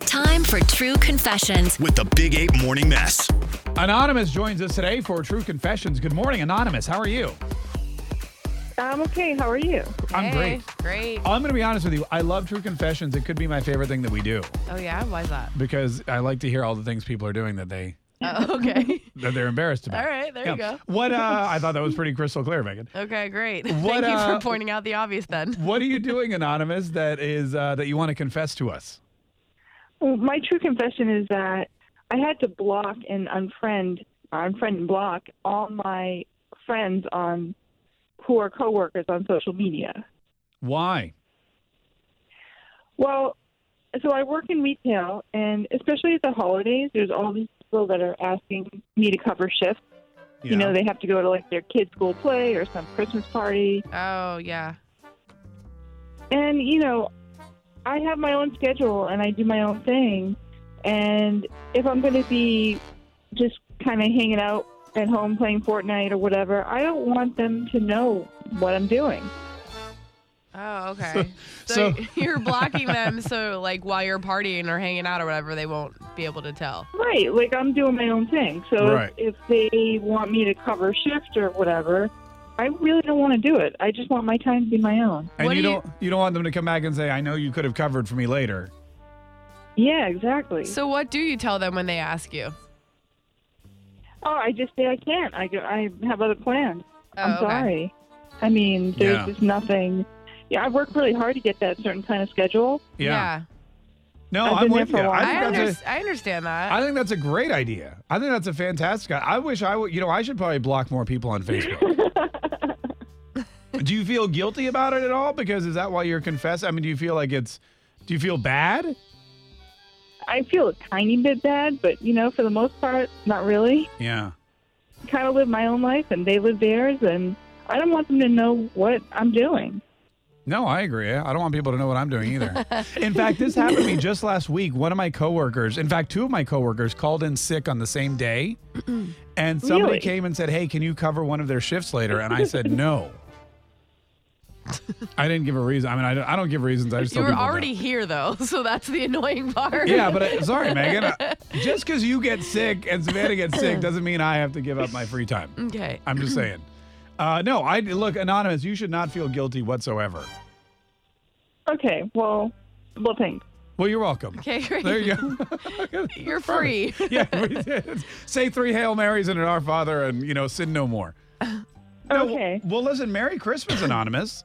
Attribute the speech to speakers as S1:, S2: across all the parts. S1: Time for True Confessions.
S2: with the Big Eight Morning Mess.
S3: Anonymous joins us today for True Confessions. Good morning, Anonymous. How are you?
S4: I'm okay. How are you?
S3: I'm
S5: Hey,
S3: great.
S5: Great.
S3: I'm going to be honest with you. I love True Confessions. It could be my favorite thing that we do
S5: Oh yeah, why's that?
S3: because I like to hear all the things people are doing that they
S5: Oh, okay.
S3: that they're embarrassed about.
S5: All right, there you go.
S3: What uh, I thought that was pretty crystal clear, Megan.
S5: Okay, great.
S3: What,
S5: Thank you
S3: uh,
S5: for pointing out the obvious then.
S3: What are you doing, Anonymous? That is uh, that you want to confess to us?
S4: Well, my true confession is that I had to block and unfriend, or unfriend and block all my friends on who are coworkers on social media.
S3: Why?
S4: Well, so I work in retail, and especially at the holidays, there's all these people that are asking me to cover shifts. You know, they have to go to like their kids' school play or some Christmas party.
S5: Oh yeah.
S4: And, you know, I have my own schedule and I do my own thing. And if I'm going to be just kind of hanging out at home playing Fortnite or whatever, I don't want them to know what I'm doing.
S5: Oh okay.
S3: So-
S5: So, you're blocking them so like while you're partying or hanging out or whatever, they won't be able to tell.
S4: Right. Like I'm doing my own thing. So
S3: Right.
S4: if, if they want me to cover shift or whatever, I really don't want to do it. I just want my time to be my own.
S3: and
S5: What
S3: you
S5: do you-
S3: don't you don't want them to come back and say, "I know you could have covered for me later."
S4: Yeah, exactly.
S5: So what do you tell them when they ask you?
S4: oh, I just say I can't. I, go, I have other plans.
S5: Oh,
S4: I'm
S5: okay.
S4: sorry. I mean, there's
S3: Yeah.
S4: just nothing. Yeah, I worked really hard to get that certain kind of schedule.
S3: No, am
S4: I've been there
S3: with
S4: for a
S3: you.
S4: while.
S5: I,
S3: think that's a-
S5: under- I understand that.
S3: I think that's a great idea. I think that's a fantastic. I wish I would. You know, I should probably block more people on Facebook. do you feel guilty about it at all? Because is that why you're confessing? I mean, do you feel like it's? Do you feel bad?
S4: I feel a tiny bit bad, but you know, for the most part, not really.
S3: Yeah.
S4: Kind of live my own life, and they live theirs, and I don't want them to know what I'm doing.
S3: No, I agree. I don't want people to know what I'm doing either. in fact, this happened to me just last week. One of my coworkers, in fact, two of my coworkers called in sick on the same day. And somebody
S4: Really?
S3: came and said, "Hey, can you cover one of their shifts later?" And I said, "No." I didn't give a reason. I mean, I don't, I don't give reasons. I just tell
S5: you were
S3: people no.
S5: already here though, so that's the annoying part.
S3: Yeah, but uh, sorry, Megan. Uh, Just because you get sick and Savannah gets sick doesn't mean I have to give up my free time.
S5: Okay.
S3: I'm just saying. Uh, no, I look anonymous. You should not feel guilty whatsoever.
S4: Okay, well, well, thanks.
S3: Well, you're welcome.
S5: Okay, great.
S3: There you go.
S5: You're free.
S3: yeah. we did. Say three Hail Marys and an Our Father, and you know, sin no more. No, Oh, well-
S4: Okay.
S3: Well, listen. Merry Christmas, anonymous.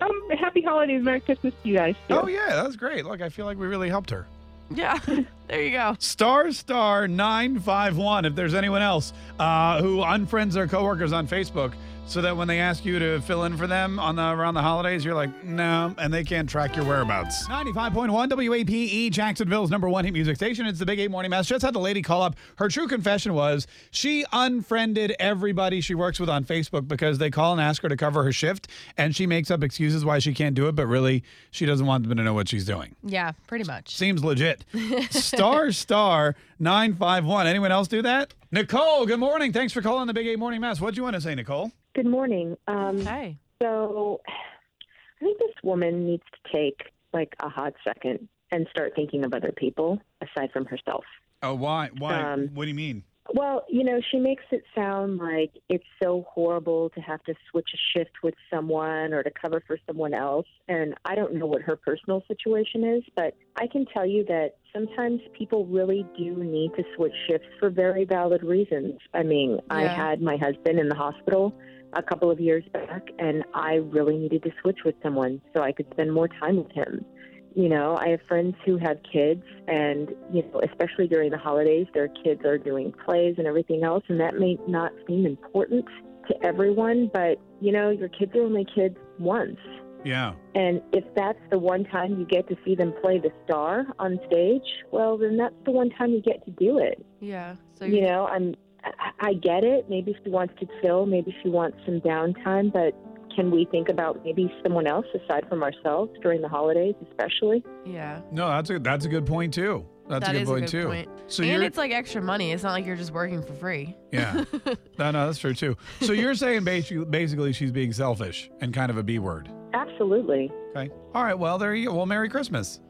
S4: Um, happy holidays, Merry Christmas to you guys. too.
S3: Oh yeah, that was great. Look, I feel like we really helped her.
S5: Yeah. There you go.
S3: Star Star 951. If there's anyone else uh, who unfriends their coworkers on Facebook so that when they ask you to fill in for them on the around the holidays, you're like, no, and they can't track your whereabouts. 95.1 WAPE, E, Jacksonville's number one hit music station. It's the Big Eight Morning Mass. Just had the lady call up. Her true confession was she unfriended everybody she works with on Facebook because they call and ask her to cover her shift, and she makes up excuses why she can't do it, but really, she doesn't want them to know what she's doing.
S5: Yeah, pretty much.
S3: Seems legit. star star nine five one. Anyone else do that? Nicole, good morning. Thanks for calling the Big Eight Morning Mass. What do you want to say, Nicole?
S6: Good morning. Um,
S5: Hey.
S6: So, I think this woman needs to take like a hot second and start thinking of other people aside from herself.
S3: Oh, why? Why?
S6: Um,
S3: what do you mean?
S6: Well, you know, she makes it sound like it's so horrible to have to switch a shift with someone or to cover for someone else. And I don't know what her personal situation is, but I can tell you that sometimes people really do need to switch shifts for very valid reasons. I mean, I
S5: Yeah.
S6: had my husband in the hospital a couple of years back, and I really needed to switch with someone so I could spend more time with him you know, I have friends who have kids, and you know, especially during the holidays, their kids are doing plays and everything else, and that may not seem important to everyone, but you know, your kids are only kids once,
S3: Yeah.
S6: And if that's the one time you get to see them play the star on stage, well, then that's the one time you get to do it.
S5: Yeah. So
S6: You know, I'm, I- I get it. Maybe she wants to chill. Maybe she wants some downtime. But can we think about maybe someone else aside from ourselves during the holidays, especially?
S5: Yeah.
S3: No, that's a that's a good point too. That's
S5: That
S3: a good point
S5: is
S3: too. So
S5: and
S3: you're
S5: it's like extra money. It's not like you're just working for free.
S3: yeah. No, no, that's true too. So you're saying basically, basically she's being selfish and kind of a B word.
S6: Absolutely.
S3: Okay. All right. Well, there you go. Well, Merry Christmas.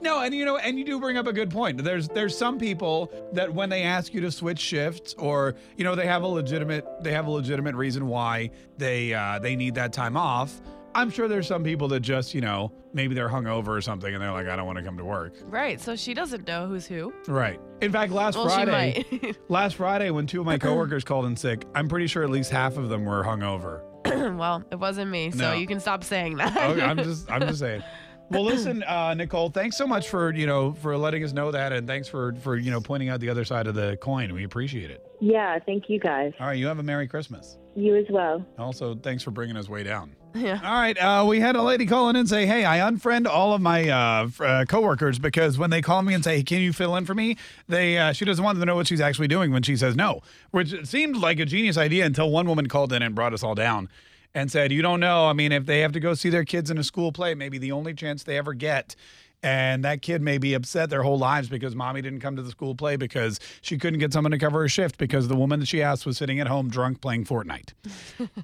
S3: no, and you know, and you do bring up a good point. There's there's some people that when they ask you to switch shifts, or you know, they have a legitimate they have a legitimate reason why they uh, they need that time off. I'm sure there's some people that just you know maybe they're hungover or something, and they're like, I don't want to come to work.
S5: Right. So she doesn't know who's who.
S3: Right. In fact, last
S5: Well,
S3: Friday,
S5: she might.
S3: last Friday when two of my coworkers called in sick, I'm pretty sure at least half of them were hungover.
S5: well, it wasn't me, so
S3: No. Oh.
S5: you can stop saying that.
S3: Okay, I'm just I'm just saying. Well, listen, uh, Nicole. Thanks so much for you know for letting us know that, and thanks for for you know pointing out the other side of the coin. We appreciate it.
S6: Yeah, thank you guys.
S3: All right, you have a merry Christmas.
S6: You as well.
S3: Also, thanks for bringing us way down.
S5: Yeah.
S3: All right, uh, we had a lady call in and say, "Hey, I unfriend all of my uh, f- uh, coworkers because when they call me and say, hey, can you fill in for me?' They uh, she doesn't want them to know what she's actually doing when she says no, which seemed like a genius idea until one woman called in and brought us all down and said, "You don't know. I mean, if they have to go see their kids in a school play, maybe the only chance they ever get." And that kid may be upset their whole lives because mommy didn't come to the school play because she couldn't get someone to cover her shift because the woman that she asked was sitting at home drunk playing Fortnite.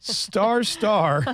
S3: star, star.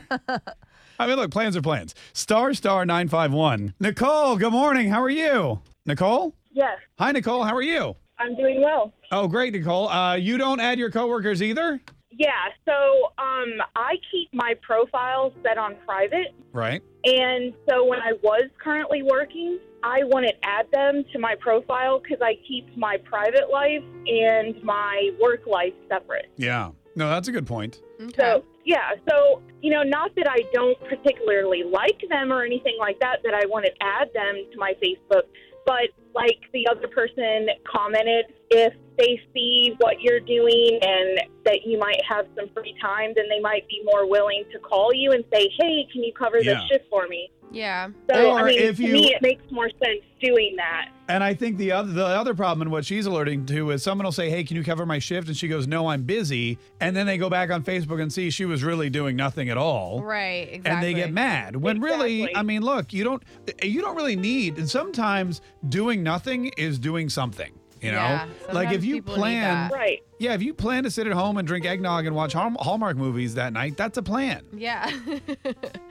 S3: I mean, look, plans are plans. Star star nine five one. Nicole, good morning. How are you? Nicole.
S4: Yes,
S3: Hi, Nicole. How are you?
S4: I'm doing well.
S3: Oh, great, Nicole. Uh, you don't add your coworkers either,
S4: Yeah, so um, I keep my profile set on private,
S3: right?
S4: and so when I was currently working, I wouldn't add them to my profile because I keep my private life and my work life separate.
S3: Yeah. No, that's a good point.
S4: So yeah, so you know, not that I don't particularly like them or anything like that, that I want to add them to my Facebook, but like the other person commented, if they see what you're doing and that you might have some free time, then they might be more willing to call you and say, "Hey, can you cover
S3: Yeah.
S4: this shift for me?"
S5: yeah.
S4: So I
S3: Or
S4: mean,
S3: if
S4: to
S3: you-
S4: me, it makes more sense doing that.
S3: And I think the other the other problem and what she's alerting to is someone will say, "Hey, can you cover my shift?" And she goes, "No, I'm busy." And then they go back on Facebook and see she was really doing nothing at all.
S5: Right. Exactly.
S3: Oh. and they get mad when really
S4: Exactly.
S3: i mean look you don't you don't really need and sometimes doing nothing is doing something you know
S5: Yeah,
S3: like if
S5: sometimes
S3: you
S5: people need
S3: plan
S5: that.
S4: Right.
S3: yeah if you plan to sit at home and drink eggnog and watch Hall- hallmark movies that night that's a plan
S5: Yeah.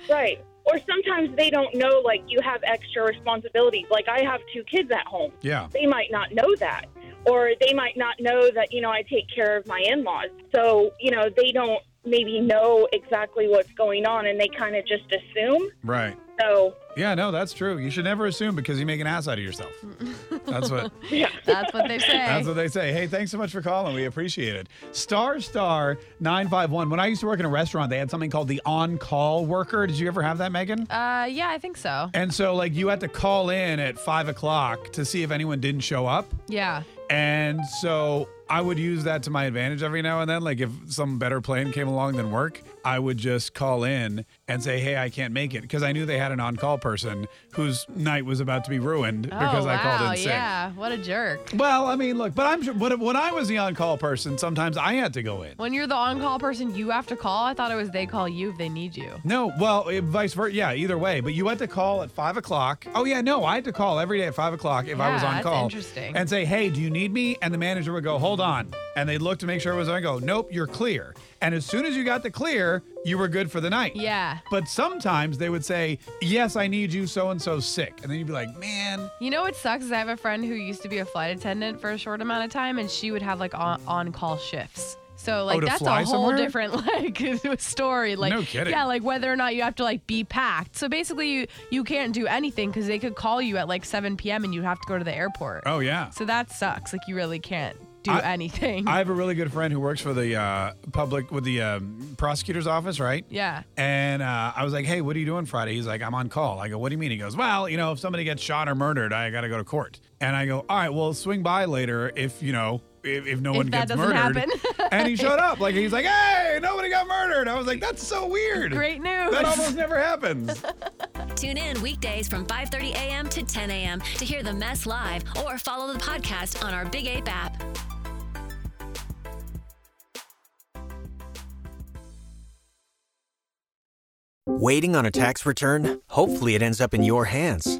S4: Right. Or sometimes they don't know like you have extra responsibilities. Like I have two kids at home.
S3: yeah
S4: they might not know that or they might not know that you know i take care of my in-laws so you know they don't maybe know exactly what's going on and they kind of just assume
S3: right
S4: so
S3: yeah no that's true you should never assume because you make an ass out of yourself that's what
S5: That's what they say.
S3: That's what they say. Hey, thanks so much for calling. We appreciate it. Star Star 951. When I used to work in a restaurant, they had something called the on call worker. Did you ever have that, Megan?
S5: uh, yeah, I think so.
S3: And so, like, you had to call in at five o'clock to see if anyone didn't show up.
S5: Yeah.
S3: And so, I would use that to my advantage every now and then. Like, if some better plan came along than work, I would just call in and say, Hey, I can't make it. Because I knew they had an on call person whose night was about to be ruined because
S5: oh,
S3: I
S5: wow.
S3: called in sick.
S5: Yeah. What a jerk.
S3: Well, I mean, look, but I'm sure, but when I was the on call person, sometimes I had to go in.
S5: When you're the on-call person, you have to call. I thought it was they call you if they need you.
S3: No, well, eh, vice versa. Yeah, either way. But you had to call at five o'clock. Oh yeah, no, I had to call every day at five o'clock if I was
S5: Yeah,
S3: on
S5: that's
S3: call.
S5: interesting.
S3: And say, hey, do you need me? And the manager would go, hold on. And they'd look to make sure it was on. and Go, nope, you're clear. And as soon as you got the clear, you were good for the night.
S5: Yeah.
S3: But sometimes they would say, yes, I need you. So and so sick. And then you'd be like, man,
S5: You know what sucks is I have a friend who used to be a flight attendant for a short amount of time, and she would have like on on call shifts. So like
S3: Oh, to
S5: that's a
S3: fly
S5: whole
S3: somewhere?
S5: different like story. Like
S3: No kidding.
S5: yeah, like whether or not you have to like be packed. So basically, you you can't do anything because they could call you at like 7 p.m. and you have to go to the airport.
S3: oh yeah.
S5: So that sucks. Like you really can't do
S3: I-
S5: anything.
S3: I have a really good friend who works for the uh, public with the um, prosecutor's office, right?
S5: yeah.
S3: And uh, I was like, hey, what are you doing Friday? He's like, I'm on call. I go, what do you mean? He goes, well, you know, if somebody gets shot or murdered, I got to go to court. And I go, all right, well, swing by later if, you know, if, if no
S5: If
S3: one
S5: that
S3: gets
S5: doesn't
S3: murdered.
S5: happen.
S3: and he showed up. Like he's like, hey, nobody got murdered. I was like, that's so weird.
S5: Great news.
S3: That almost never happens.
S1: Tune in weekdays from 5:30 a.m. to 10 a.m. to hear the mess live or follow the podcast on our Big Ape app.
S7: Waiting on a tax return? Hopefully, it ends up in your hands.